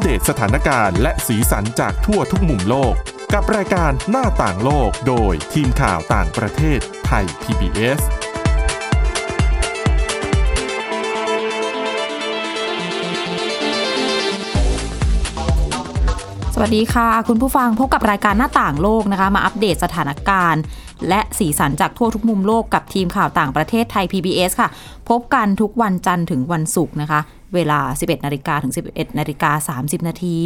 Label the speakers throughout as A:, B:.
A: เดตสถานการณ์และสีสันจากทั่วทุกมุมโลก กับรายการหน้าต่างโลกโดยทีมข่าวต่างประเทศไทย PBS
B: สวัสดีค่ะ คุณผู้ฟังพบกับรายการหน้าต่างโลกนะคะ มาอัปเดตสถานการณ์ และสีสันจากทั่วทุกมุมโลกกับทีมข่าวต่างประเทศไทย PBS ค่ะ พบกันทุกวันจันทร์ถึงวันศุกร์นะคะ เวลา 11 นาฬิกาถึง 11 นาฬิกา 30 นาที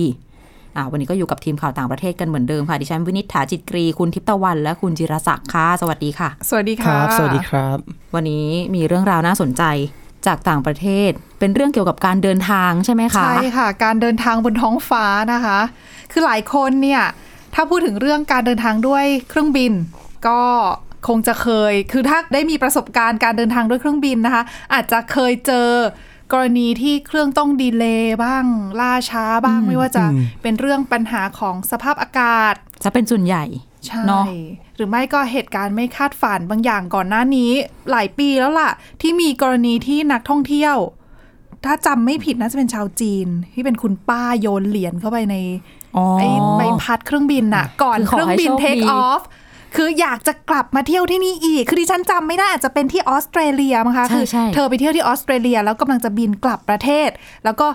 B: อ่าวันนี้ก็อยู่กับทีมข่าวต่างประเทศกันเหมือนเดิมค่ะ ดิฉันวินิษฐาจิตกรี คุณทิพย์ตะวัน และคุณจิรศักดิ์ค่ะ สวัสดีค่ะ
C: สวัสดี
D: ค
C: ค่ะ
D: รับ สวัสดีครับ
B: วันนี้มีเรื่องราวน่าสนใจจากต่างประเทศ เป็นเรื่องเกี่ยวกับการเดินทางใช่ไหมคะ
C: ใช่ค่ะ การเดินทางบนท้องฟ้านะคะ คือหลายคนเนี่ย ถ้าพูดถึงเรื่องการเดินทางด้วยเครื่องบิน ก็คงจะเคย คือถ้าได้มีประสบการณ์การเดินทางด้วยเครื่องบินนะคะ อาจจะเคยเจอกรณีที่เครื่องต้องดีเลย์บ้างล่าช้าบ้างไม่ว่าจะเป็นเรื่องปัญหาของสภาพอากาศ
B: จะเป็นส่วนใหญ่
C: ใช่
B: เนาะ
C: หรือไม่ก็เหตุการณ์ไม่คาดฝันบางอย่างก่อนหน้านี้ หลายปีแล้วล่ะ ที่มีกรณีที่นักท่องเที่ยว ถ้าจำไม่ผิดน่าจะเป็นชาวจีน ที่เป็นคุณป้าโยนเหรียญเข้าไปใน
B: อ๋อ
C: ไอ้ใบพัดเครื่องบินน่ะ ก่อน
B: คือขอ
C: เครื่อง
B: ให้
C: บิน
B: โชค
C: เทค
B: ดี
C: ออฟคืออยากจะกลับมาเที่ยวที่นี่อีก คือดิฉันจำไม่ได้อาจจะเป็นที่ออสเตรเลียมั้งคะ
B: ใช่
C: คื
B: ใช่
C: เธอไปเที่ยวที่ออสเตรเลีย แล้วกำลังจะบินกลับประเทศ แล้วก็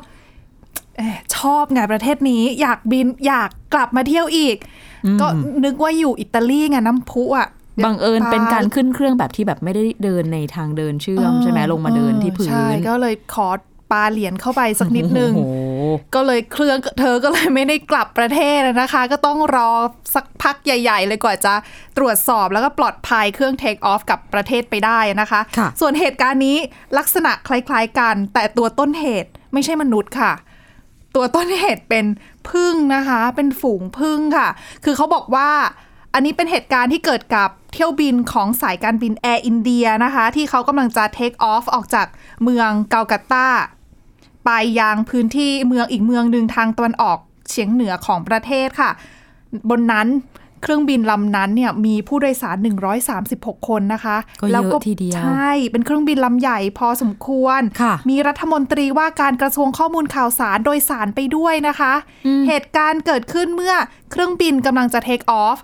C: เอ่อชอบไงประเทศนี้ อยากบินอยากกลับมาเที่ยวอีก ก็นึกว่าอยู่อิตาลีไงน้ำพุอ่ะ
B: บังเอิญ
C: ตย
B: เป็นการขึ้นเครื่องแบบที่แบบไม่ได้เดินในทางเดินเชื่อม ใช่ไหมลงมาเดินที่พื้น
C: ใช่ก็เลยขอปาเหรียญเข้าไปสักนิดนึง
B: โอ้โห
C: ก็เลยเครื่องเธอก็เลยไม่ได้กลับประเทศนะคะ ก็ต้องรอสักพักใหญ่ ๆ เลยกว่าจะตรวจสอบแล้วก็ปลอดภัยเครื่องเทคออฟกับประเทศไปได้นะคะ
B: ค่ะ
C: ส่วนเหตุการณ์นี้ลักษณะคล้ายๆกัน แต่ตัวต้นเหตุไม่ใช่มนุษย์ค่ะ ตัวต้นเหตุเป็นพึ่งนะคะ เป็นฝูงพึ่งค่ะ คือเขาบอกว่า อันนี้เป็นเหตุการณ์ที่เกิดกับเที่ยวบินของสายการบินแอร์อินเดียนะคะ ที่เขากำลังจะเทคออฟออกจากเมืองเกาลกัตตา ไปยังพื้นที่เมืองอีกเมืองหนึ่งทางตะวันออกเฉียงเหนือของประเทศค่ะ บนนั้นเครื่องบินลำนั้นเนี่ยมีผู้โดยสาร 136 คนนะคะ
B: ก็เยอะ
C: แล้ว
B: ทีเดียว
C: ใช่เป็นเครื่องบินลำใหญ่พอสมควร
B: ค่ะ
C: มีรัฐมนตรีว่าการกระทรวงข้อมูลข่าวสารโดยสารไปด้วยนะคะ เหตุการณ์เกิดขึ้นเมื่อเครื่องบินกำลังจะเทคออฟ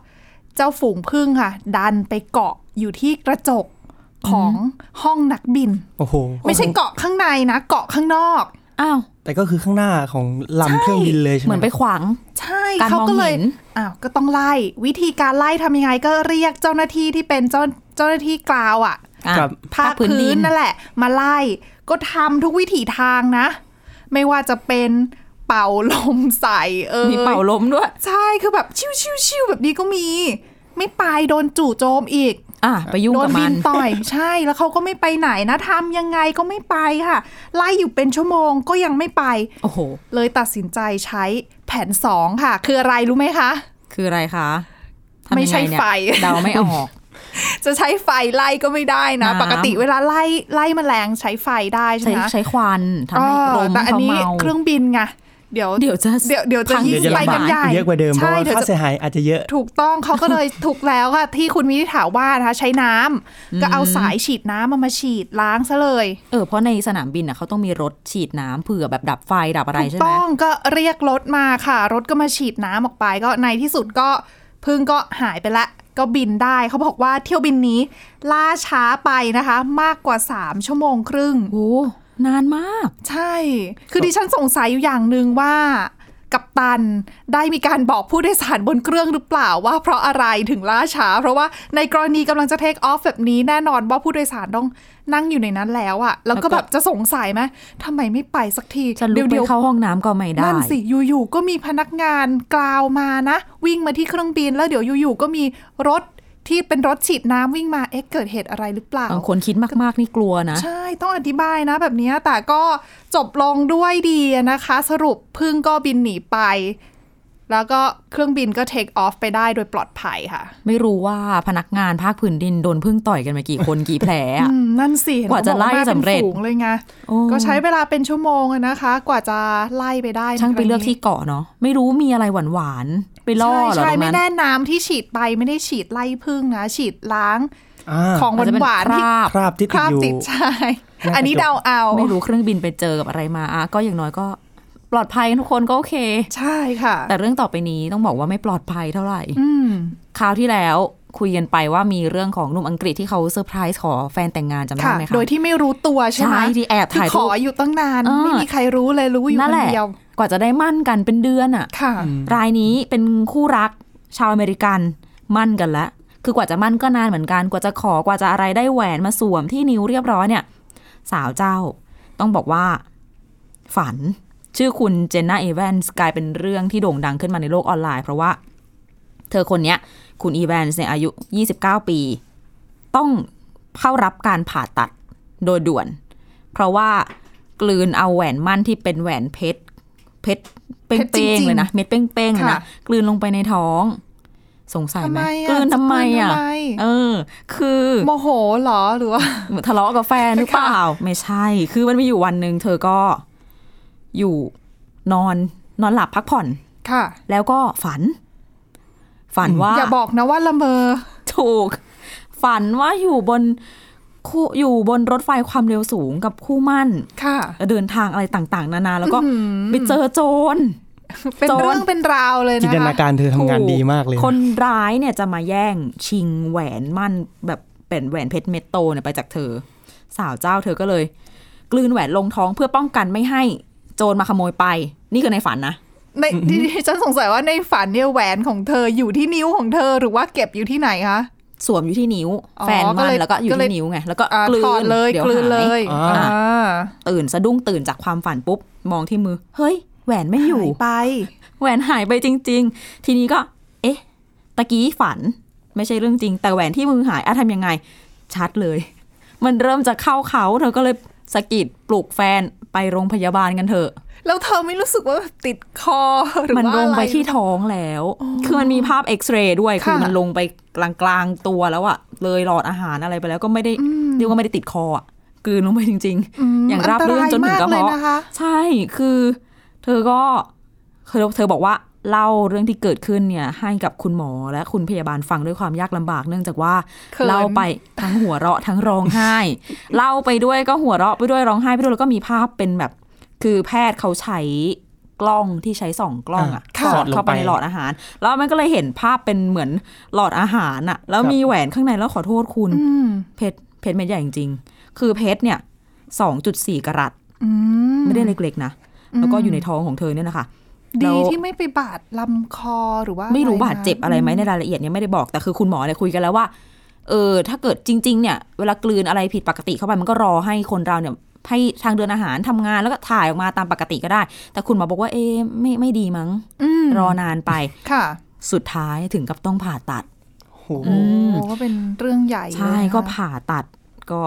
C: เจ้าฝูงพึ่งค่ะ ดันไปเกาะอยู่ที่กระจกของห้องนักบิน
D: โอ้โห
C: ไม่ใช่เกาะข้างในนะ เกาะข้างนอก
B: อ้าว
D: แต่ก็คือข้างหน้าของลำเครื่องบินเลยใช่ไหม
B: เหมือนไปขวาง
C: ใช่
B: การ
C: เขา
B: มอง
C: ก็เลย
B: เห็น
C: อ้าวก็ต้องไล่ วิธีการไล่ทำยังไงก็เรียกเจ้าหน้าที่ที่เป็นเจ้าเจ้าหน้าที่กลาวอะ
B: อ่ะ
D: ครับ
C: ภาคพื้นนั่นแหละ มาไล่ก็ทำทุกวิถีทางนะ ไม่ว่าจะเป็นเป่าลมใส่เออ
B: มีเป่าลมด้วย
C: ใช่คือแบบชิวชิวชิวแบบนี้ก็มี ไม่ไปโดนจู่โจมอีก
B: อ่ะไปยุ่ง
C: โด
B: กันบ
C: บิ
B: มัน
C: นต่อย ใช่แล้วเขาก็ไม่ไปไหนนะทำยังไงก็ไม่ไปค่ะ ไล่อยู่เป็นชั่วโมงก็ยังไม่ไป
B: โอ้โห
C: เลยตัดสินใจใช้แผนสองค่ะ คืออะไรรู้ไหมคะ
B: คืออะไรคะทำยังง
C: ไม่ใช่ไฟ
B: เนี่ยเดาไม่ออก
C: จะใช้ไฟไล่ก็ไม่ได้นะ
B: น้ำ
C: ปกติเวลาไล่ไล่แมลงใช้ไฟได้ใช่
B: ใช้
C: ไหม
B: ใช้ควันทำให้ลม
C: เออแต่อัน
B: เขา
C: นี้
B: เมา
C: เครื่องบินไงเดี๋ยว
B: เดี๋ยวจะ
C: เดี๋ยวเดี๋ยวจะ
B: พั
C: ยิ่ง
D: เดี๋ยวจะ
C: ไป
D: ลำบาก
C: กันใหญ่
D: เยอะกว่าเดิมเพราะ
C: ใช่
D: ว่า
C: เดี๋ยว
D: ค่า
C: จะ
D: เสียหายอาจจะเยอะ
C: ถูกต้องเขาก็เลย ถูกแล้วค่ะที่คุณวินิถาว่านะคะใช้น้ำก็เอาสายฉีดน้ำมามาฉีดล้างซะเลย
B: เออเพราะในสนามบินอ่ะเขาต้องมีรถฉีดน้ำเผื่อแบบดับไฟดับอะไร
C: ถูก
B: ใช่ไหม
C: ต้องก็เรียกรถมาค่ะรถก็มาฉีดน้ำออกไปก็ในที่สุดก็พึ่งก็หายไปละ ก็บินได้เขาบอกว่าเที่ยวบินนี้ ล่าช้าไปนะคะ มากกว่า 3 ชั่วโมงครึ่ง
B: โอ้นานมาก
C: ใช่ คือดิฉันสงสัยอยู่อย่างหนึ่งว่า กัปตันได้มีการบอกผู้โดยสารบนเครื่องหรือเปล่าว่าเพราะอะไรถึงล่าช้า เพราะว่าในกรณีกำลังจะเทคออฟแบบนี้แน่นอนว่าผู้โดยสารต้องนั่งอยู่ในนั้นแล้วอะแล้วก็
B: แล้วก็
C: แบบจะสงสัยไหมทำไมไม่ไปสักที
B: จะลุกไป
C: เดี๋ยวๆ
B: เข้าห้องน้ำก็ไม่ได้
C: นั่นสิอยู่ๆก็มีพนักงานกล่าวมานะ วิ่งมาที่เครื่องบินแล้วเดี๋ยวอยู่ๆก็มีรถที่เป็นรถฉีดน้ำวิ่งมาเอ๊ะเกิดเหตุอะไรหรือเปล่า
B: บางคนคิดมากๆนี่กลัวนะ
C: ใช่ต้องอธิบายนะแบบเนี้ยแต่ก็จบลงด้วยดีนะคะ สรุปพึ่งก็บินหนีไป แล้วก็เครื่องบินก็เทคออฟไปได้โดยปลอดภัยค่ะ
B: ไม่รู้ว่าพนักงานภาคพื้นดินโดนพึ่งต่อยกันมากี่คน กี่แผลอะ
C: อืมนั่นสิเห็น
B: กว่าจะไล่
C: เขบอกมป็น
B: สำเร็จ
C: ฝูงเลยไง
B: โอ้
C: ก็ใช้เวลาเป็นชั่วโมงอะนะคะ กว่าจะไล่ไปได้
B: ช่างไปเลือกที่เกาะเนาะไม่รู้มีอะไรหวานๆไปล่อเห
C: ใช่
B: รอ
C: ใช่
B: ตรง
C: ไม่
B: นั้น
C: แน่น้ำที่ฉีดไปไม่ได้ฉีดไล่พึ่งนะ ฉีดล้าง
D: อ่า
C: ของหวานหวา
B: อจ
C: น
B: จะเป็
C: ที่
B: คราบ
D: คราบที่
C: ค
D: ติด
C: ราบ
D: อยู่
C: ติดใช่
D: น่าจะ
C: อันนี้เดาเอา
B: ไม่รู้เครื่องบินไปเจอกับอะไรมาอะก็อย่างน้อยก็ ปลอดภัยกันทุกคนก็โอเค
C: ใช่ค่ะ
B: แต่เรื่องต่อไปนี้ต้องบอกว่าไม่ปลอดภัยเท่าไหร่
C: อืม
B: คราวที่แล้วคุยกันไปว่ามีเรื่องของหนุ่มอังกฤษที่เขาเซอร์ไพรส์ขอแฟนแต่งงานจำได้
C: ค่ะ
B: ไหมคะ
C: โดยที่ไม่รู้ตัวใช่ไหม
B: ใช่ที่แอบ
C: คื
B: ถ่ายรูป
C: ขออยู่ตั้งนาน
B: เออ
C: ไม่มีใครรู้เลยรู้อยู่
B: นั่น
C: ค
B: แห
C: น
B: ละ
C: เดียว
B: กว่าจะได้มั่นกันเป็นเดือนอะ
C: ค่ะ
B: รายนี้เป็นคู่รักชาวอเมริกันมั่นกันละ คือกว่าจะมั่นก็นานเหมือนกัน กว่าจะขอกว่าจะอะไรได้แหวนมาสวมที่นิ้วเรียบร้อยเนี่ย สาวเจ้าต้องบอกว่า ฝันชื่อคุณเจนน่าเอแวนส์กลายเป็นเรื่องที่โด่งดังขึ้นมาในโลกออนไลน์ เพราะว่า เธอคนเนี้ย คุณอีแวนส์เนี่ยอายุ 29 ปี ต้องเข้ารับการผ่าตัดโดยด่วน เพราะว่ากลืนเอาแหวนมั่นที่เป็นแหวนเพชรเพชรเป้
C: เพชรจริง
B: ง
C: ๆ
B: ๆเลยนะ เม็ดเป้งๆเลยนะ
C: ค่ะ
B: กลืนลงไปในท้อง สงสัย
C: ทำ
B: ไหม
C: ไม
B: ก
C: อ่ะ
B: ลืนทำไมอ่ะ
C: จกลืนทำไม
B: เออ คือ
C: โมโหเหรอหรือว่า
B: ทะเลาะกับแฟนหรือเปล่า ไม่ใช่ คือมันมีอยู่วันหนึ่งเธอก็อยู่นอนนอนหลับพักผ่อน
C: ค่ะ
B: แล้วก็ฝัน ฝันว่า
C: อย่าบอกนะว่าละเมอ
B: ถูก ฝันว่าอยู่บนคู่อยู่บนรถไฟความเร็วสูงกับคู่หมั่น
C: ค่ะ
B: เดินทางอะไรต่าง ๆ นานา แล้วก็
C: อื้อหือ
B: ไปเจอโจร
C: เป็น
B: โจร
C: เรื่องเป็นราวเลย
D: จิน
C: นะ
D: ตนา
C: คะ
D: การเธอทำงานดีมากเลยนะ
B: คนร้ายเนี่ยจะมาแย่งชิงแหวนมั่นแบบเป็นแหวนเพชรเม็ดโตเนี่ยไปจากเธอ สาวเจ้าเธอก็เลย กลืนแหวนลงท้องเพื่อป้องกันไม่ให้โจรมาขโมยไป นี่คือในฝันนะ
C: ในที่ที่ฉันสงสัยว่าในฝันเนี่ยแหวนของเธออยู่ที่นิ้วของเธอหรือว่าเก็บอยู่ที่ไหนคะ
B: สวมอยู่ที่นิ้ว
C: อ๋อ
B: แฟนมั
C: ก็
B: น
C: เลย
B: แล้วก็อยู่
C: ก็เลย
B: ที่นิ้วไงแล้วก็
C: อ่าก
B: ลืน
C: ถอดเลย
B: ดี๋ว
C: กลืน
B: หา
C: เลย
D: อ่า
B: ตื่นสะดุ้งตื่นจากความฝันปุ๊บ มองที่มือ เฮ้ย แหวนไม่อยู่
C: หายไป
B: แหวนหายไปจริง ๆ ทีนี้ก็ เอ๊ะ ตะกี้ฝันไม่ใช่เรื่องจริง แต่แหวนที่มือหายอะทำยังไง ชัดเลย มันเริ่มจะเข้าเขาเธอก็เลยสะกิดปลุกแฟนไปโรงพยาบาลกันเถอะ
C: แล้วเธอไม่รู้สึกว่าแบบติดคอหรือ
B: มัน
C: ว่า
B: ลง
C: อะไร
B: ไปที่ท้องแล้ว คือมันมีภาพเอ็กซเรย์ด้วย
C: ค่ะ
B: คือมันลงไปกลางกลางๆตัวแล้วอะเลยหลอดอาหารอะไรไปแล้วก็ไม่ได้เรียกว่าไม่ได้ติดคออะกลืนลงไปจริง
C: ม
B: ๆ อย่างราบรื่นจนถึงกระ
C: อัตายมากเลย
B: เพาะ
C: นะคะ
B: ใช่ คือ เธอก็เธอเธอบอกว่าเล่าเรื่องที่เกิดขึ้นเนี่ย ให้กับคุณหมอและคุณพยาบาลฟังด้วยความยากลำบาก เนื่องจากว่า
C: เขิน
B: เล่าไปทั้งหัวเราะทั้งร้องไห้ เล่าไปด้วยก็หัวเราะไปด้วยร้องไห้ไปด้วยแล้วก็มีภาพเป็นแบบ คือแพทย์เขาใช้กล้องที่ใช้ส่องกล้องอะ
D: อ่า
B: สอด
D: สอดลงไป
B: เข้าไปในหลอดอาหาร แล้วมันก็เลยเห็นภาพเป็นเหมือนหลอดอาหารอะแล้วมีแหวนข้างในแล้วขอโทษคุณ
C: อืม
B: เพชรเพชรเม็ดใหญ่จริงๆ คือเพชรเนี่ยสองจุดสี่กะรัต
C: อืม
B: ไม่ได้เล็กๆนะ แล้วก็อยู่ในท้องของเธอเนี่ยนะคะ
C: ดี
B: แล้ว
C: ที่ไม่ไปบาดลำคอหรือว่า
B: ไม่รู้
C: อะนะ
B: บาดเจ็บอะไรไหมในรายละเอียดเนี่ยไม่ได้บอก แต่คือคุณหมอเนี่ยคุยกันแล้วว่า เออ ถ้าเกิดจริง ๆ เนี่ย เวลากลืนอะไรผิดปกติเข้าไปมันก็รอให้คนเราเนี่ย ให้ทางเดินอาหารทำงานแล้วก็ถ่ายออกมาตามปกติก็ได้ แต่คุณหมอบอกว่า เอ๊ะไม่ไม่ดีมั้ง
C: อืม
B: รอนานไป
C: ค่ะ
B: สุดท้ายถึงกับต้องผ่าตัด
D: โอ้โห
B: อืม
C: โอ้ก็เป็นเรื่องใหญ่
B: ใช่
C: เลยนะคะ
B: ก็ผ่าตัดก็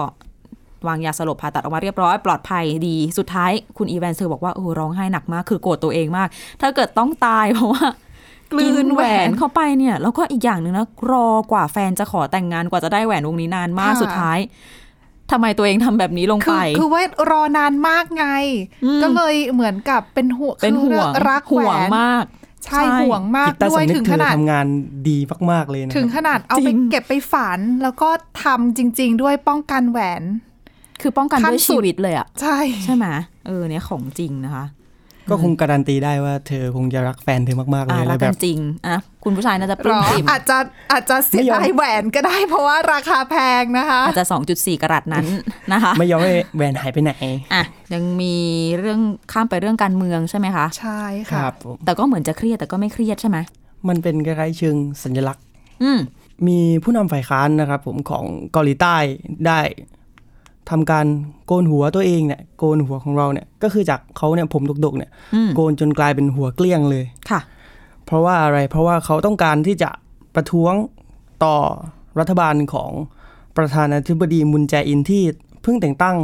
B: วางยาสลบผ่าตัดออกมาเรียบร้อย ปลอดภัยดีสุดท้ายคุณอีแวนเซอร์บอกว่าโอ้โหร้องไห้หนักมาก คือโกรธตัวเองมาก ถ้าเกิดต้องตาย เพราะว่า กลืนแหวนเข้าไปเนี่ย แล้วก็อีกอย่างหนึ่งนะรอกว่าแฟนจะขอแต่งงานกว่าจะได้แหวนวงนี้นานมากสุดท้ายทำไมตัวเองทำแบบนี้ลง
C: คื
B: ไป
C: อคือว่ารอนานมากไง
B: อืม
C: ก็เลยเหมือนกับเป็นห่วง
B: เป็นห่วง
C: คือรักแห
B: ห่ว
C: ว
B: ง
C: น
B: มาก
C: ใช่
B: ใช่
C: ห่วงมาก
D: จิตใต้
C: ด้วย
D: สำนึก
C: ถึง
D: เธ
C: ข
D: อ
C: นาด
D: ทำงานดีมากๆเลยนะค
C: ถึง
D: รับ
C: ขนาดเอา
B: จ
C: ไป
B: ริง
C: เก็บไปฝันแล้วก็ทำจริง ๆ ด้วยป้องกันแหวน
B: คือป้องกัน
C: ขั้น
B: ด้วย
C: สุ
B: ชี
C: ด
B: วิตเลยอะ
C: ใช่
B: ใช่ไหมเออเนี่ยของจริงนะคะ
D: ก็คงการันตีได้ว่าเธอคงจะรักแฟนเธอมากๆเล
B: อ่ะ
D: ย
B: รั
D: แล้
B: ก
D: วแบ
B: กับ นจริงอ่ะคุณผู้ชายน่าจะป
C: หร
B: ลื้ม
C: อ
B: ปริ่ม
C: อาจจะอาจจะเสีย
D: ไม่ยอม
C: ดายแหวนก็ได้ เพราะว่าราคาแพงนะคะ
B: อาจจะ 2.4 กรัตนั้น นะคะ
D: ไม่ยอมให้แหวนหายไปไหน
B: อ่ะ ยังมีเรื่องข้ามไปเรื่องการเมืองใช่ไหมคะ
C: ใช่
D: ค
C: ค่ะ
D: รับผม
B: แต่ก็เหมือนจะเครียดแต่ก็ไม่เครียดใช่ไหม
D: มันเป็นคล้ายๆเชิงสัญลักษณ์
B: อืม
D: มีผู้นำฝ่ายค้านนะครับผมของเกาหลีใต้ได้ทำการโกนหัวตัวเองเนี่ยโกนหัวของเราเนี่ยก็คือจากเขาเนี่ยผมดกๆเนี่ย
B: อืม
D: โกนจนกลายเป็นหัวเกลี้ยงเลย
B: ค่ะ
D: เพราะว่าอะไรเพราะว่าเขาต้องการที่จะประท้วงต่อรัฐบาลของประธานาธิบดีมุนแจอินที่เพิ่งแต่งตั้ง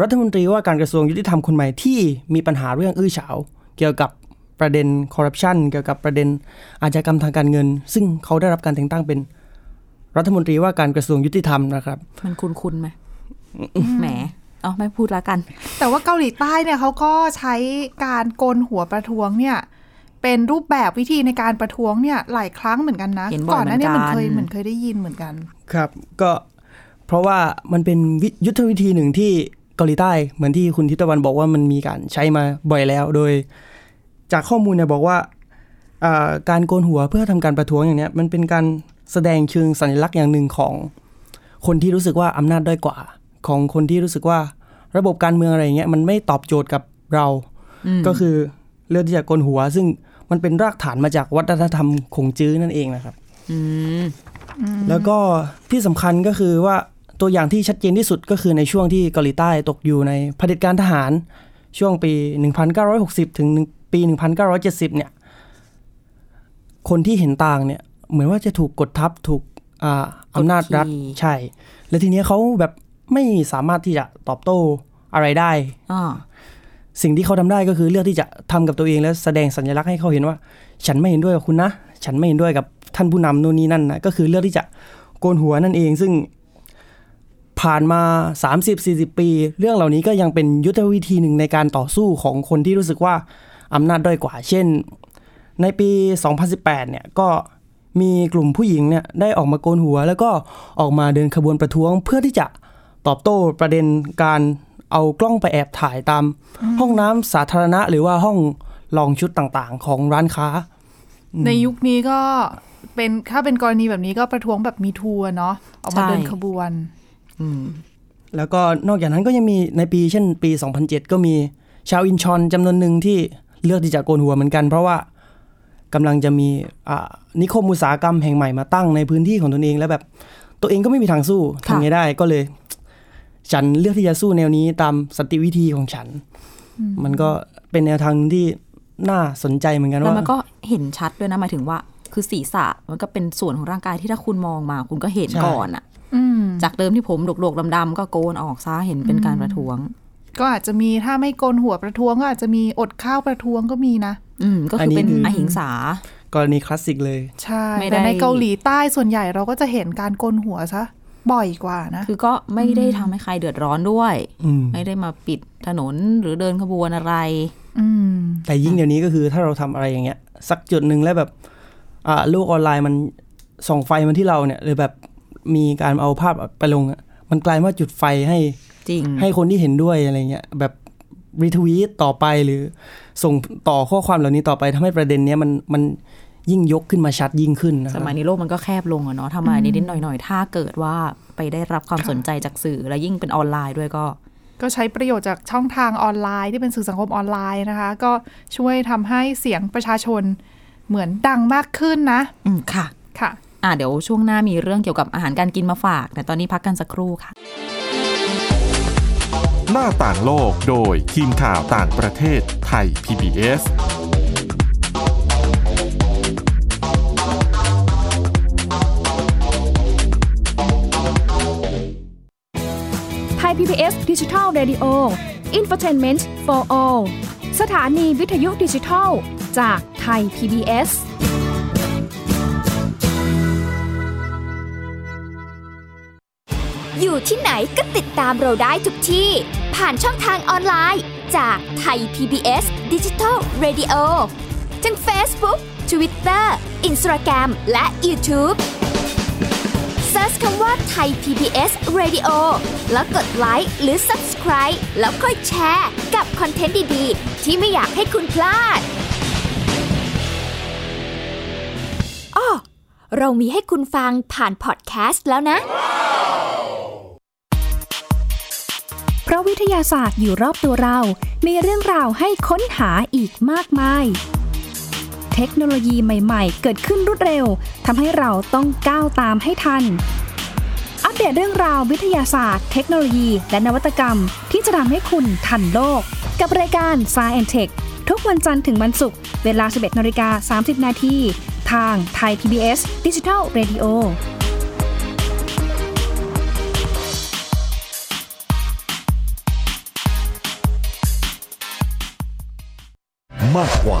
D: รัฐมนตรีว่าการกระทรวงยุติธรรมคนใหม่ที่มีปัญหาเรื่องอื้อฉาว เกี่ยวกับประเด็นคอร์รัปชันเกี่ยวกับประเด็นอาชญากรรมทางการเงิน ซึ่งเขาได้รับการแต่งตั้งเป็นรัฐมนตรีว่าการกระทรวงยุติธรรมนะครับ
B: มันคุ้นคุ้นๆไหมแหมเอาไม่พูดละกัน
C: แต่ว่าเกาหลีใต้เนี่ยเขาก็ใช้การโกนหัวประท้วงเนี่ย เป็นรูปแบบวิธีในการประท้วงเนี่ยหลายครั้งเหมือนกันนะ
B: เห็นบ่อย
C: ก่อนหน้าเนี้
B: เหมื
C: มั
B: อน นกัน
C: เคยเหมือนเคยได้ยินเหมือนกัน
D: ครับก็เพราะว่ามันเป็นวิยุทธวิธีหนึ่งที่เก กาหลีใต้ เหมือนที่คุณทิพย์ตะวันบอกว่ามันมีการใช้มาบ่อยแล้ว โดยจากข้อมูลเนี่ยบอกว่าอ่าการโกนหัวเพื่อทำการประท้วงอย่างเนี้ยมันเป็นการแสดงเชิงสัญลักษณ์อย่างหนึ่งของ คนที่รู้สึกว่าอำนาจด้อยกว่า ของคนที่รู้สึกว่าระบบการเมืองอะไรอย่างเงี้ยมันไม่ตอบโจทย์กับเรา ก็คือเลือกที่จะโกนหัว ซึ่งมันเป็นรากฐานมาจากวัฒนธรรมของจื้อนั่นเองนะครับ
B: อืม
D: แล้วก็ที่สำคัญก็คือว่าตัวอย่างที่ชัดเจนที่สุดก็คือในช่วงที่เกาหลีใต้ตกอยู่ในเผด็จการทหารช่วงปี 1960 ถึงปี 1970 เนี่ย คนที่เห็นต่างเนี่ย เหมือนว่าจะถูกกดทับถูกอ่าอำนาจรัฐ
B: กดขี่
D: ใช่ และทีเนี้ยเขาแบบไม่สามารถที่จะตอบโต้อะไรได้
B: อ่า
D: สิ่งที่เขาทำได้ก็คือเลือกที่จะทำกับตัวเองและแสดงสัญลักษณ์ให้เขาเห็นว่า ฉันไม่เห็นด้วยกับคุณนะ ฉันไม่เห็นด้วยกับท่านผู้นำโน่นนี่นั่นนะก็คือเลือกที่จะโกนหัวนั่นเอง ซึ่งผ่านมา 30-40 ปี เรื่องเหล่านี้ก็ยังเป็นยุทธวิธีหนึ่งในการต่อสู้ของคนที่รู้สึกว่าอำนาจด้อยกว่า เช่น ในปี 2018 เนี่ยก็มีกลุ่มผู้หญิงเนี่ยได้ออกมาโกนหัว แล้วก็ออกมาเดินขบวนประท้วงเพื่อที่จะตอบโต้ประเด็นการเอากล้องไปแอบถ่ายตาม ห้องน้ำสาธารณะหรือว่าห้องลองชุดต่างๆ ของร้านค้า
C: ในยุคนี้ก็เป็นถ้าเป็นกรณีแบบนี้ก็ประท้วงแบบมีทัวร์เนาะออกมาเดินขบวน
B: อืม
D: แล้วก็นอกจากนั้นก็ยังมีในปีเช่นปี 2007 ก็มีชาวอินชอนจำนวนหนึ่งที่เลือกที่จะโกนหัวเหมือนกัน เพราะว่ากำลังจะมีอ่านิคมอุตสาหกรรมแห่งใหม่มาตั้งในพื้นที่ของตนเองแล้วแบบตัวเองก็ไม่มีทางสู้
B: ค่ะ
D: ทำไงได้ก็เลย ฉันเลือกที่จะสู้แนวนี้ตามสนติวิธีของฉัน มันก็เป็นแนวทางที่น่าสนใจเหมือนกัน
B: แล้ว
D: ว่า
B: มันก็เห็นชัดด้วยนะหมายถึงว่า คือศีรษะมันก็เป็นส่วนของร่างกายที่ถ้าคุณมองมา คุณก็เห็น
D: ใช่
B: ก่อนอะ
C: อืม
B: จากเดิมที่ผมโดกๆดำๆก็โกนออกซะเห็นเป็นการประท้วง
C: ก็อาจจะมีถ้าไม่โกนหัวประท้วงก็อาจจะมีอดข้าวประท้วงก็มีนะ
B: อืมก็
D: อั
B: คือ
D: นนี้
B: เป็น
D: คือ
B: อ
D: อ
B: หิงสา
D: กรณีคลาสสิกเลย
C: ใช่
B: ไม่ได้
C: แต่ในเกาหลีใต้ส่วนใหญ่เราก็จะเห็นการโกนหัวซะบ่อยกว่านะ
B: คือก็ไม่ได้ทำให้ใครเดือดร้อนด้วย
D: อืม
B: ไม่ได้มาปิดถนนหรือเดินขบวนอะไร
C: อืม
D: แต่ยิ่งเดี๋ยวนี้ก็คือถ้าเราทำอะไรอย่างเงี้ย สักจุดหนึ่งแล้วแบบ อ่าโลกออนไลน์มันส่องไฟมันที่เราเนี่ย หรือแบบมีการเอาภาพไปลงอะมันกลายว่าจุดไฟให้
B: จริง
D: ให้คนที่เห็นด้วยอะไรเงี้ยแบบรีทวีตต่อไปหรือส่งต่อข้อความเหล่านี้ต่อไปทำให้ประเด็นเนี้ยมันมันยิ่งยกขึ้นมาชัดยิ่งขึ้นนะค
B: ส
D: รับ
B: มัยนี้โลกมันก็แคบลงอะเนาะทำอะไรนิดๆหน่อยๆ ถ้าเกิดว่าไปได้รับความสนใจจากสื่อ และยิ่งเป็นออนไลน์ด้วยก็
C: ก็ใช้ประโยชน์จากช่องทางออนไลน์ที่เป็นสื่อสังคมออนไลน์นะคะ ก็ช่วยทำให้เสียงประชาชนเหมือนดังมากขึ้นนะ
B: อืมค่ะ
C: ค่ะ
B: อ่ะเดี๋ยวช่วงหน้ามีเรื่องเกี่ยวกับอาหารการกินมาฝาก แต่ตอนนี้พักกันสักครู่ค่ะ
A: หน้าต่างโลกโดยทีมข่าวต่างประเทศไทย PBS
E: ไทย PBS Digital Radio Infotainment for All สถานีวิทยุดิจิทัล จากไทย PBS
F: อยู่ที่ไหนก็ติดตามเราได้ทุกที่ ผ่านช่องทางออนไลน์ จากไทย PBS Digital Radio ทั้ง Facebook Twitter Instagram และ YouTube Search คำว่าไทย PBS Radio แล้วกดไลค์หรือ Subscribe แล้วค่อยแชร์ กับคอนเทนต์ดี ๆ ที่ไม่อยากให้คุณพลาดอ้อเรามีให้คุณฟังผ่านพอดแคสต์แล้วนะ
E: เพราะวิทยาศาสตร์อยู่รอบตัวเรา มีเรื่องราวให้ค้นหาอีกมากมาย เทคโนโลยีใหม่ๆ เกิดขึ้นรวดเร็ว ทำให้เราต้องก้าวตามให้ทัน อัปเดตเรื่องราววิทยาศาสตร์ เทคโนโลยี และนวัตกรรม ที่จะทำให้คุณทันโลก กับรายการ s ซ e n t e c h ทุกวันจันทร์ถึงวันศุกร์ เวลา 11นาฬิกา30 นาที ทางไทย PBS Digital Radio
G: มากกว่า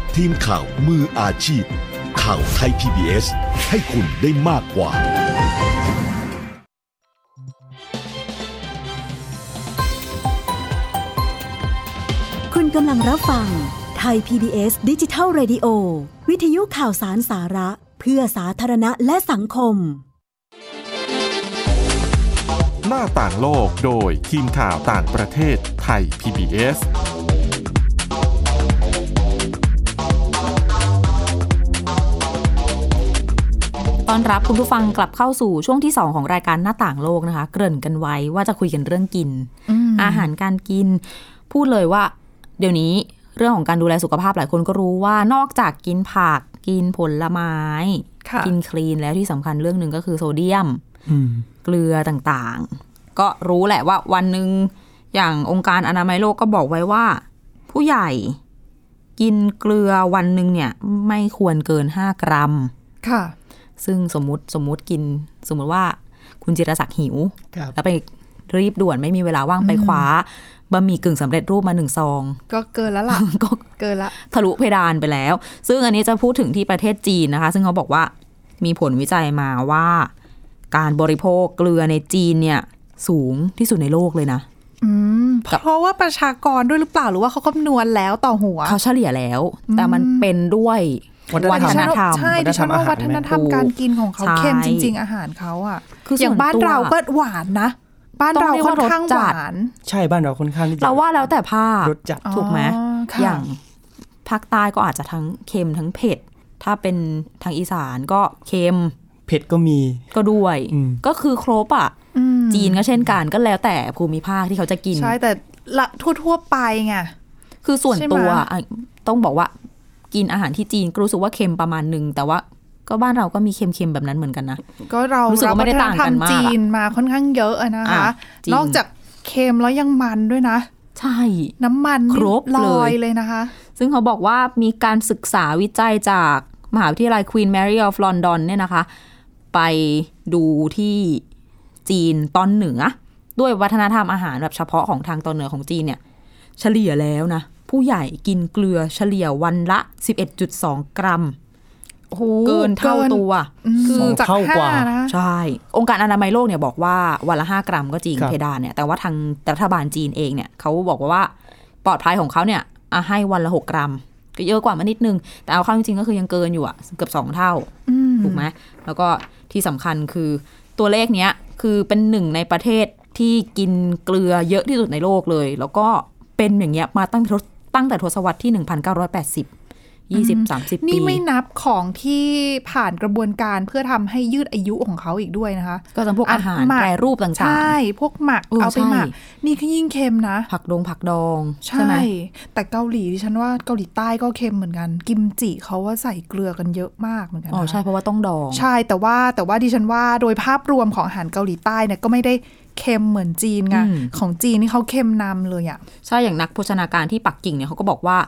G: ทีมข่าวมืออาชีพ ข่าวไทย PBS ให้คุณได้มากกว่า
H: คุณกำลังรับฟังไทย PBS ดิจิทัล Radio วิทยุข่าวสารสาระ เพื่อสาธารณะและสังคม
A: หน้าต่างโลกโดยทีมข่าวต่างประเทศไทย PBS
B: ต้อนรับคุณผู้ฟังกลับเข้าสู่ช่วงที่ 2 ของรายการหน้าต่างโลกนะคะ เกริ่นกันไว้ว่าจะคุยกันเรื่องกิน อาหารการกิน พูดเลยว่า เดี๋ยวนี้เรื่องของการดูแลสุขภาพหลายคนก็รู้ว่านอกจากกินผักกินผลไม้
C: ค่ะ
B: กินคลีนแล้วที่สำคัญเรื่องหนึ่งก็คือโซเดียม
D: อืม
B: เกลือต่างๆ ก็รู้แหละว่าวันหนึ่งอย่างองค์การอนามัยโลกก็บอกไว้ว่า ผู้ใหญ่กินเกลือวันหนึ่งเนี่ยไม่ควรเกิน 5 กรัม
C: ค่ะ
B: ซึ่งสมมติสมมติกิน สมมติว่าคุณจิรศักดิ์หิว
D: ครับ
B: แล้วไปรีบด่วนไม่มีเวลาว่างไปคว้าบะหมี่กึ่งสำเร็จรูปมาหนึ่งซอง
C: ก็เกินแล้วล่ะ
B: ก็
C: เกินละ
B: ทะลุเพดานไปแล้ว ซึ่งอันนี้จะพูดถึงที่ประเทศจีนนะคะ ซึ่งเขาบอกว่ามีผลวิจัยมาว่า การบริโภคเกลือในจีนเนี่ยสูงที่สุดในโลกเลยนะ
C: เพราะว่าประชากรด้วยหรือเปล่าหรือว่าเขาคำนวณแล้วต่อหัว
B: เขาเฉลี่ยแล้ว แต่มันเป็นด้วย
D: วัฒ
B: วัฒ
D: นธรรม
B: นธรรม
C: ใช่ดิฉันว่าวัฒนธรรมการกินของเขา
B: ใช่
C: เข้มจริง ๆ อาหารเขาอ่ะ
B: คือส่วน
C: อย่างบ้าน
B: ตัว
C: เราก็หวานนะ บ้าน
B: ต้อง
C: เรา
B: เรียก
C: ค่อ
B: ว่าน
C: ข้าง
B: รสจั
C: ห
B: ด
C: วาน
D: ใช่บ้านเราค่อนข้างที่จะ
B: เราว่าแล้วแต่ภาค
D: รสจัด
C: อ๋อ
B: ถูกไหม
C: ค่ะ
B: อย่างภาคใต้ก็อาจจะทั้งเค็มทั้งเผ็ด ถ้าเป็นทางอีสานก็เค็ม
D: เผ็ดก็มี
B: ก็ด้วย
D: อืม
B: ก็คือครบอ่ะ
C: อืม
B: จีนก็เช่นกันก็แล้วแต่ภูมิภาคที่เขาจะกิน
C: ใช่แต่ละทั่วๆไปไง
B: คือส่วน
C: ใช่ไหม
B: ตัวอ่ะต้องบอกว่ากินอาหารที่จีนก็รู้สึกว่าเค็มประมาณหนึ่งแต่ว่าก็บ้านเราก็มีเค็มๆแบบนั้นเหมือนกันนะ
C: ก็เรา
B: รู้สึกว่าไม่ได้ต่างกันมากอะ
C: เรวัฒธรรจีนมาค่อนข้างเยอะอะนะคะ
B: อ่ะจริง
C: นอกจากเค็มแล้วยังมันด้วยนะ
B: ใช่
C: น้ำมันนี่
B: ครบเลย
C: ลอยเลยนะคะ
B: ซึ่งเขาบอกว่ามีการศึกษาวิจัยจากมหาวิทยาลัย Queen Mary of London เนี่ยนะคะ ไปดูที่จีนตอนเหนือ ด้วยวัฒนธรรมอาหารแบบเฉพาะของทางตอนเหนือของจีนเนี่ย เฉลี่ยแล้วนะ ผู้ใหญ่กินเกลือเฉลี่ยวันละ 11.2 กรัม เกินเท่าตัว
C: คือจาก
D: เท่ากว่า
C: ห้านะ
B: ใช่ องค์การอนามัยโลกเนี่ยบอกว่าวันละ 5 กรัมก็จริง
D: ครับ
B: เพดานเนี่ย แต่ว่าทางรัฐบาลจีนเองเนี่ยเขาบอกว่าปลอดภัยของเขาเนี่ยอ่ะให้วันละ 6 กรัม ก็เยอะกว่ามานิดนึง แต่เอาเข้าจริงๆก็คือยังเกินอยู่อะเกือบ 2 เท่า
C: อืม
B: ถูกไหมแล้วก็ที่สำคัญคือตัวเลขเนี้ยคือเป็นหนึ่งในประเทศที่กินเกลือเยอะที่สุดในโลกเลย แล้วก็เป็นอย่างเงี้ยมาตั้งแต่ทศตั้งแต่ทศวรรษที่ 1980 20 30 ปี
C: นี่ไม่นับของที่ผ่านกระบวนการเพื่อทำให้ยืดอายุของเขาอีกด้วยนะคะ
B: ก็จำพวกอาหาร
C: อันหมัก
B: แปรรูปต่างๆ
C: ใช่ พวกหมัก
B: เออ
C: เอาไป
B: ใช่
C: หมัก นี่ก็ยิ่งเค็มนะ
B: ผักดงผักดอง
C: ใช
B: ใช่ไหม
C: ่ แต่เกาหลีดิฉันว่าเกาหลีใต้ก็เค็มเหมือนกัน กิมจิเขาว่าใส่เกลือกันเยอะมากเหมือนกัน
B: อ๋อ
C: นะ
B: ใช่เพราะว่าต้องดอง
C: ใช่แต่ว่าแต่ว่าดิฉันว่าโดยภาพรวมของอาหารเกาหลีใต้เนี่ยก็ไม่ได้เค็มเหมือนจีนไงของจีนนี่เขาเค็มนำเลยอ่ะ
B: ใช่อย่างนักโภชนาการที่ปักกิ่งเนี่ยเขาก็บอกว่า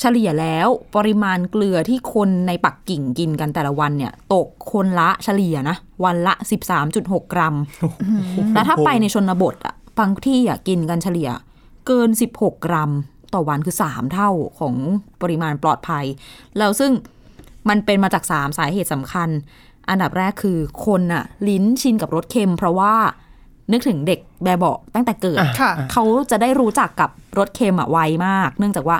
B: เฉลี่ยแล้วปริมาณเกลือที่คนในปักกิ่งกินกันแต่ละวันเนี่ย ตกคนละเฉลี่ยนะ วันละ 13.6 กรัม แล้วถ้าไปในชนบทอะบางที่อะกินกันเฉลี่ย เกิน 16 กรัม ต่อวันคือ 3 เท่าของปริมาณปลอดภัย แล้วซึ่งมันเป็นมาจาก 3 สาเหตุสำคัญ อันดับแรกคือคนอะลิ้นชินกับรสเค็ม เพราะว่านึกถึงเด็กแบบเบาะตั้งแต่เกิด
C: ค่ะ
B: เขาจะได้รู้จักกับรสเค็มอะไวมาก เนื่องจากว่า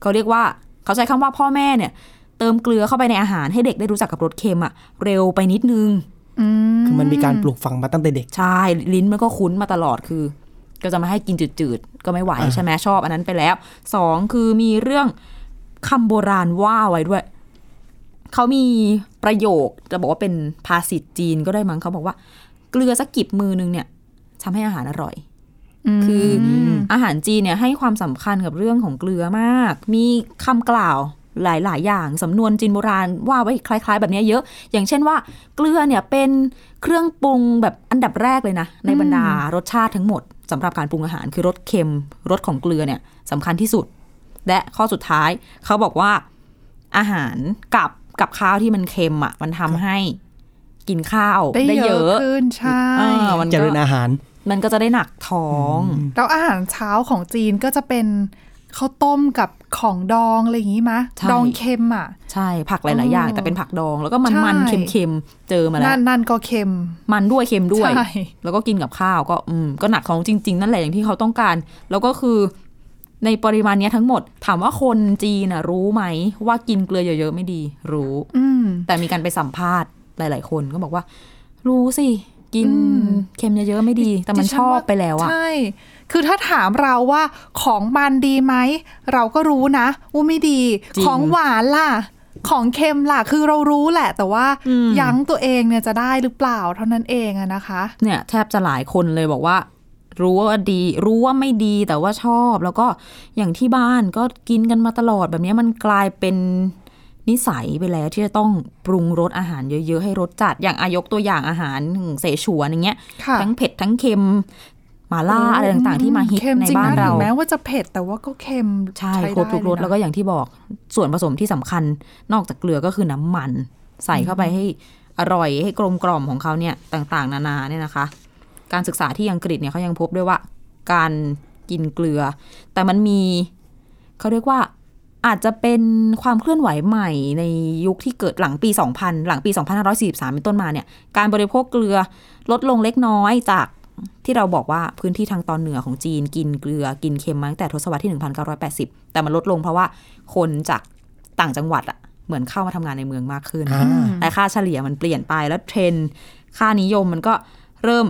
B: เขาเรียกว่าเขาใช้คำว่าพ่อแม่เนี่ย เติมเกลือเข้าไปในอาหารให้เด็กได้รู้จักกับรสเค็มอะเร็วไปนิดนึง
D: คือมันมีการปลูกฝังมาตั้งแต่เด็ก
B: ใช่ลิ้นมันก็คุ้นมาตลอดคือ ก็จะมาให้กินจืดๆ ก็ไม่ไหวใช่ไหมชอบอันนั้นไปแล้วสองคือมีเรื่องคำโบราณว่าไว้ด้วย เขามีประโยคจะบอกว่าเป็นภาษิตจีนก็ได้มั้งเขาบอกว่า เกลือสักกิบมือนึงเนี่ยทำให้อาหารอร่อย คืออาหารจีนเนี่ยให้ความสำคัญกับเรื่องของเกลือมาก มีคำกล่าว หลาย ๆ อย่างสำนวนจีนโบราณว่าไว้คล้าย ๆ แบบเนี้ยเยอะ อย่างเช่นว่า เกลือเนี่ยเป็นเครื่องปรุงแบบอันดับแรกเลยนะ ในบรรดารสชาติทั้งหมดสำหรับการปรุงอาหารคือรสเค็มรสของเกลือเนี่ยสำคัญที่สุด และข้อสุดท้ายเขาบอกว่าอาหารกับกับข้าวที่มันเค็มอ่ะมันทำให้กินข้าว
C: ได้เยอะขึ้นใช่
B: เออมัน
D: เจ
B: ก็
D: ริญอาหาร
B: มันก็จะได้หนักท้อง
C: แล้วอาหารเช้าของจีนก็จะเป็นข้าวต้มกับของดองอะไรอย่างนี้มะ
B: ใช่
C: ดองเค็มอ่ะ
B: ใช่ผักหลาย ๆ อย่าง แต่เป็นผักดองแล้วก็มันมัน
C: ใช่
B: เค็มๆเจอมาแล้ว
C: นั่นนั่นก็เค็ม
B: มันด้วยเค็มด้วย
C: ใช่
B: แล้วก็กินกับข้าวก็อืมก็หนักท้องจริง ๆ นั่นแหละอย่างที่เขาต้องการ แล้วก็คือในปริมาณเนี้ยทั้งหมด ถามว่าคนจีนนะรู้ไหมว่ากินเกลือเยอะ ๆ ไม่ดี รู้
C: อืม
B: แต่มีการไปสัมภาษณ์หลาย ๆ คนก็บอกว่า รู้สิ กินเค็มเยอะ ๆ ไม่ดี แต่มัน
C: ดิฉั
B: ชอบ
C: า
B: ไปแล้วอะ
C: ใช่ คือถ้าถามเราว่าของมันดีไหม เราก็รู้นะว่าไม่ดี ของหวานล่ะ ของเค็มล่ะ คือเรารู้แหละ แต่ว่ายั้งตัวเองเนี่ยจะได้หรือเปล่าเท่านั้นเองอะนะคะ
B: เนี่ยแทบจะหลายคนเลยบอกว่า รู้ว่าดี รู้ว่าไม่ดีแต่ว่าชอบ แล้วก็อย่างที่บ้านก็กินกันมาตลอดแบบเนี้ยมันกลายเป็นนิสัยไปแล้วที่จะต้องปรุงรสอาหารเยอะ ๆ ให้รสจัดอย่างอายกตัวอย่างอาหารเสฉวนอย่างเงี้ย
C: ค่ะ
B: ทั้งเผ็ดทั้งเค็มหมาล่าอะไรต่างๆ ที่มาฮิต
C: เค็ม
B: ใน
C: จริง
B: บ้าน
C: นะ
B: เรา
C: ถึงแม้ว่าจะเผ็ดแต่ว่าก็เค็ม
B: ใช่
C: ได้
B: ครบทุกรส
C: เยนะ
B: แล้วก็อย่างที่บอกส่วนผสมที่สำคัญนอกจากเกลือก็คือน้ำมัน ใส่เข้าไปให้อร่อยให้กลมกล่อมของเขาเนี่ยต่างๆ นานาเนี่ยนะคะ การศึกษาที่อังกฤษเนี่ยเขายังพบด้วยว่า การกินเกลือ แต่มันมีเขาเรียกว่าอาจจะเป็นความเคลื่อนไหวใหม่ในยุคที่เกิดหลังปี 2000 หลังปี 2543 เป็นต้นมาเนี่ยการบริโภคเกลือลดลงเล็กน้อยจาก ที่เราบอกว่าพื้นที่ทางตอนเหนือของจีนกินเกลือกินเค็มมาตั้งแต่ทศวรรษที่ 1980 แต่มันลดลงเพราะว่าคนจากต่างจังหวัดอะเหมือนเข้ามาทำงานในเมืองมากขึ้น
D: อ่า
B: แต่ค่าเฉลี่ยมันเปลี่ยนไปแล้วเทรนด์ค่านิยมมันก็เริ่ม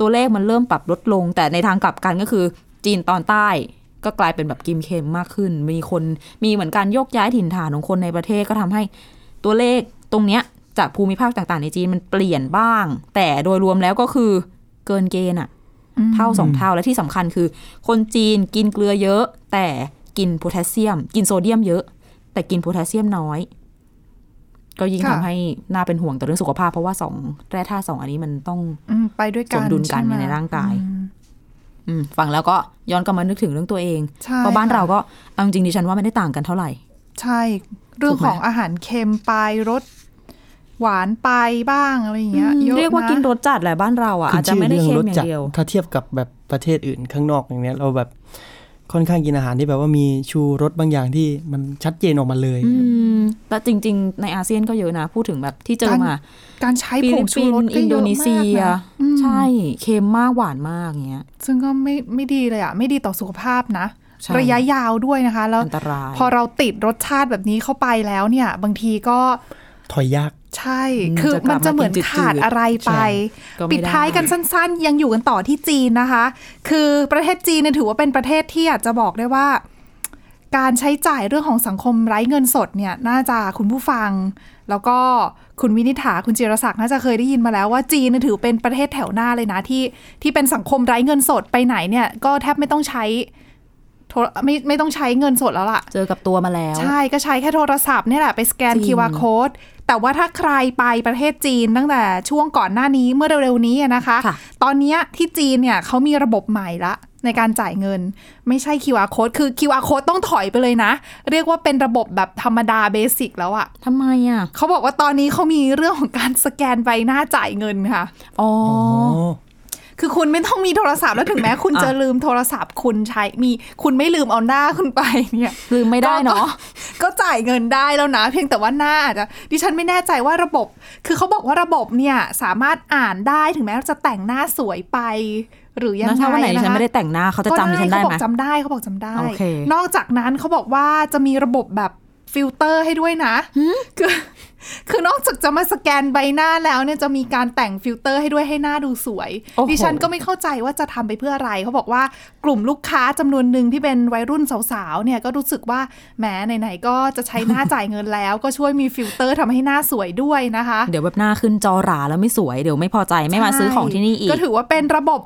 B: ตัวเลขมันเริ่มปรับลดลง แต่ในทางกลับกันก็คือ จีนตอนใต้ก็กลายเป็นแบบกินเค็มมากขึ้น มีคนมีเหมือนการโยกย้ายถิ่นฐานของคนในประเทศก็ทำให้ ตัวเลขตรงเนี้ยจากภูมิภาคต่างๆ ในจีนมันเปลี่ยนบ้าง แต่โดยรวมแล้วก็คือเกินเกณฑ์อะเท่าสองเท่าและที่สำคัญคือ คนจีนกินเกลือเยอะ แต่กินโพแทสเซียม กินโซเดียมเยอะ แต่กินโพแทสเซียมน้อย ก็ยิ่ง
C: ค่ะ
B: ทำให้น่าเป็นห่วงต่อเรื่องสุขภาพ เพราะว่าสองแร่ธาตุสองอันนี้มันต้อง
C: อืมไปด้วยกั
B: ส
C: น
B: มดุลกัน
C: ช่ไหม
B: ในร่างกาย
C: อืม
B: อืมฟังแล้วก็ย้อนกลับมานึกถึงเรื่องตัวเอง
C: ใช่
B: เพราะบ้าน
C: ค่ะ
B: เราก็เอาจริงๆดิฉันว่าไม่ได้ต่างกันเท่าไหร่
C: ใช่ เรื่อง
B: ถูกไหม
C: ของอาหารเค็มไปรสหวานไปบ้างอะไรอย่างเงี้ยเยอะ
B: เรียกว่า
C: ะ
B: กินรสจัดแหละบ้านเราอ่ะอาจจะไม่ได้เค็มอย่างเดียว
D: ถ้าเทียบกับแบบประเทศอื่นข้างนอกอย่างเนี้ยเราแบบค่อนข้างกินอาหารที่แบบว่ามีชูรสบางอย่างที่มันชัดเจนออกมาเลย
B: อืมแต่จริง ๆ ในอาเซียนก็เยอะนะ พูดถึงแบบที่เจอมา
C: การใช้
B: ฟิ
C: ผ
B: ลิ
C: ง
B: ป
C: ชู
B: ปิน
C: รส
B: ส์
C: ก็
B: อิน
C: เย
B: โด
C: อะมากะ
B: นีเซีย
C: อืม
B: ใช่เค็มมากหวานมากอย่างเงี้ย
C: ซึ่งก็ไม่ไม่ดีเลยอ่ะ ไม่ดีต่อสุขภาพนะ
B: ใช่
C: ระยะยาวด้วยนะคะ แล้ว
B: อันตราย
C: พอเราติดรสชาติแบบนี้เข้าไปแล้วเนี่ย บางทีก็
D: ถอยยาก
C: ใช่ คือ
B: จะก
C: มั
B: ลั
C: น
B: บ
C: จะเหมือน
B: กิ
C: ขาด
B: จืๆ
C: อะไรไป
B: ใช่ก็ไม่
C: ปิดท้ายกันสั้นๆ ยังอยู่กันต่อที่จีนนะคะ คือประเทศจีนเนี่ยถือว่าเป็นประเทศที่อาจจะบอกได้ว่า การใช้จ่ายเรื่องของสังคมไร้เงินสดเนี่ยน่าจะคุณผู้ฟัง แล้วก็คุณวินิษฐาคุณจิรศักดิ์น่าจะเคยได้ยินมาแล้วว่าจีนเนี่ยถือเป็นประเทศแถวหน้าเลยนะที่ที่เป็นสังคมไร้เงินสดไปไหนเนี่ยก็แทบไม่ต้องใช้โทรไม่ไม่ต้องใช้เงินสดแล้วล่ะ
B: เจอกับตัวมาแล้ว
C: ใช่ ก็ใช้แค่โทรศัพท์เนี่ยแหละ ไปสแกน
B: จริง
C: QR code แต่ว่าถ้าใครไปประเทศจีนตั้งแต่ช่วงก่อนหน้านี้เมื่อเร็วๆนี้อะนะคะ
B: ค่ะ
C: ตอนเนี้ยที่จีนเนี่ยเขามีระบบใหม่ละ ในการจ่ายเงิน ไม่ใช่ QR code คือ QR code ต้องถอยไปเลยนะ เรียกว่าเป็นระบบแบบธรรมดาเบสิกแล้วอะ
B: ทำไมอ่ะ
C: เขาบอกว่าตอนนี้เขามีเรื่องของการสแกนใบหน้าจ่ายเงินค่ะ
B: อ๋อ
C: คือคุณไม่ต้องมีโทรศัพท์แล้วถึงแม้คุณ
B: อ่ะ
C: จะลืมโทรศัพท์คุณใช้มีคุณไม่ลืมเอาหน้าคุณไปเนี่ย
B: ลืมไม่ได้เนาะ
C: ก็ก็ก็จ่ายเงินได้แล้วนะ เพียงแต่ว่าหน้าอาจจะดิฉันไม่แน่ใจว่าระบบ คือเขาบอกว่าระบบเนี่ยสามารถอ่านได้ถึงแม้ว่าจะแต่งหน้าสวยไป หรือยัง
B: นั่น
C: ไง
B: ถ้าวันไหนดิ
C: นะ
B: ฉัน
C: คะ
B: ไม่ได้แต่งหน้าเขาจะจำดิฉันได้
C: เขาบอ
B: ไหม
C: กจำได้เขาบอกจำได้
B: โอเค
C: นอกจากนั้นเขาบอกว่าจะมีระบบแบบฟิลเตอร์ให้ด้วยนะคือ คือนอกจากจะมาสแกนใบหน้าแล้วเนี่ยจะมีการแต่งฟิลเตอร์ให้ด้วยให้หน้าดูสวย
B: โอ้โห
C: ดิฉันก็ไม่เข้าใจว่าจะทำไปเพื่ออะไร เขาบอกว่ากลุ่มลูกค้าจำนวนหนึ่งที่เป็นวัยรุ่นสาวๆเนี่ยก็รู้สึกว่าแหมไหนๆก็จะใช้หน้า จ่ายเงินแล้ว ก็ช่วยมีฟิลเตอร์ทำให้หน้าสวยด้วยนะคะ
B: เดี๋ยวแบบหน้าขึ้นจอหราแล้วไม่สวยเดี๋ยวไม่พอใจไม่มาซื้อของที่นี่อีก
C: ก็ถือว่าเป็นระบบ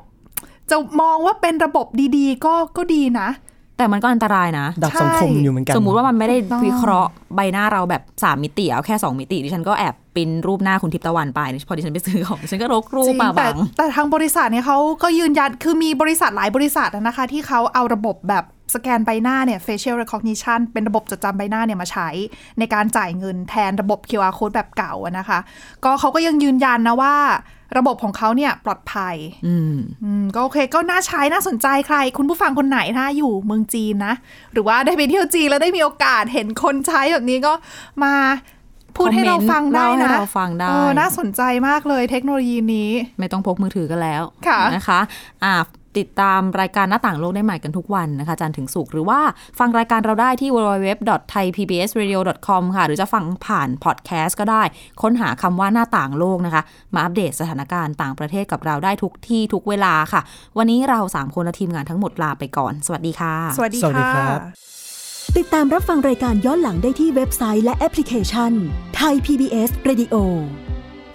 C: จะมองว่าเป็นระบบดีๆ ก็ก็ดีนะ
B: แต่มันก็อันตรายนะ
D: ดับสังคมอยู่เหมือนกัน
B: สมมุติว่ามันไม่ได้
C: ถูกต้อง
B: วิเคราะห์ใบหน้าเราแบบ 3 มิติเอาแค่ 2 มิติดิฉันก็แอบปรินรูปหน้าคุณทิพย์ตะวันไปพอดิฉันไปซื้อของดิฉันก็รกรูปมา
C: แต่
B: บัง
C: แต่ทางบริษัทเนี่ยเขาก็ยืนยันคือมีบริษัทหลายบริษัทนะคะ ที่เขาเอาระบบแบบสแกนใบหน้าเนี่ย facial recognition เป็นระบบจดจำใบหน้าเนี่ยมาใช้ ในการจ่ายเงินแทนระบบ QR code แบบเก่าอะนะคะ ก็เขาก็ยังยืนยันนะว่า ระบบของเขาเนี่ยปลอดภัย
B: อืม
C: อืมก็โอเคก็น่าใช้น่าสนใจใคร คุณผู้ฟังคนไหนถ้าอยู่เมืองจีนนะ หรือว่าได้ไปเที่ยวจีนแล้วได้มีโอกาสเห็นคนใช้แบบนี้ก็มาพูดให้เราฟังได้
B: คอมเมนต์เล่าให้
C: นะ
B: เราฟังได้
C: เออน่าสนใจมากเลยเทคโนโลยีนี้
B: ไม่ต้องพกมือถือกันแล้ว
C: ค่ะ
B: นะคะอ่าติดตามรายการหน้าต่างโลกได้ใหม่กันทุกวันนะคะจันทร์ถึงศุกร์หรือว่าฟังรายการเราได้ที่ www.thaipbsradio.com ค่ะ หรือจะฟังผ่านพอดแคสต์ก็ได้ ค้นหาคำว่าหน้าต่างโลกนะคะ มาอัปเดตสถานการณ์ต่างประเทศกับเราได้ทุกที่ทุกเวลาค่ะ วันนี้เราสามคนและทีมงานทั้งหมดลาไปก่อน สวัสดีค่ะ
C: สวัสดี
D: สวัสดีค
C: ค่ะ
D: รับ
H: ติดตามรับฟังรายการย้อนหลังได้ที่เว็บไซต์และแอปพลิเคชันไทย PBS Radio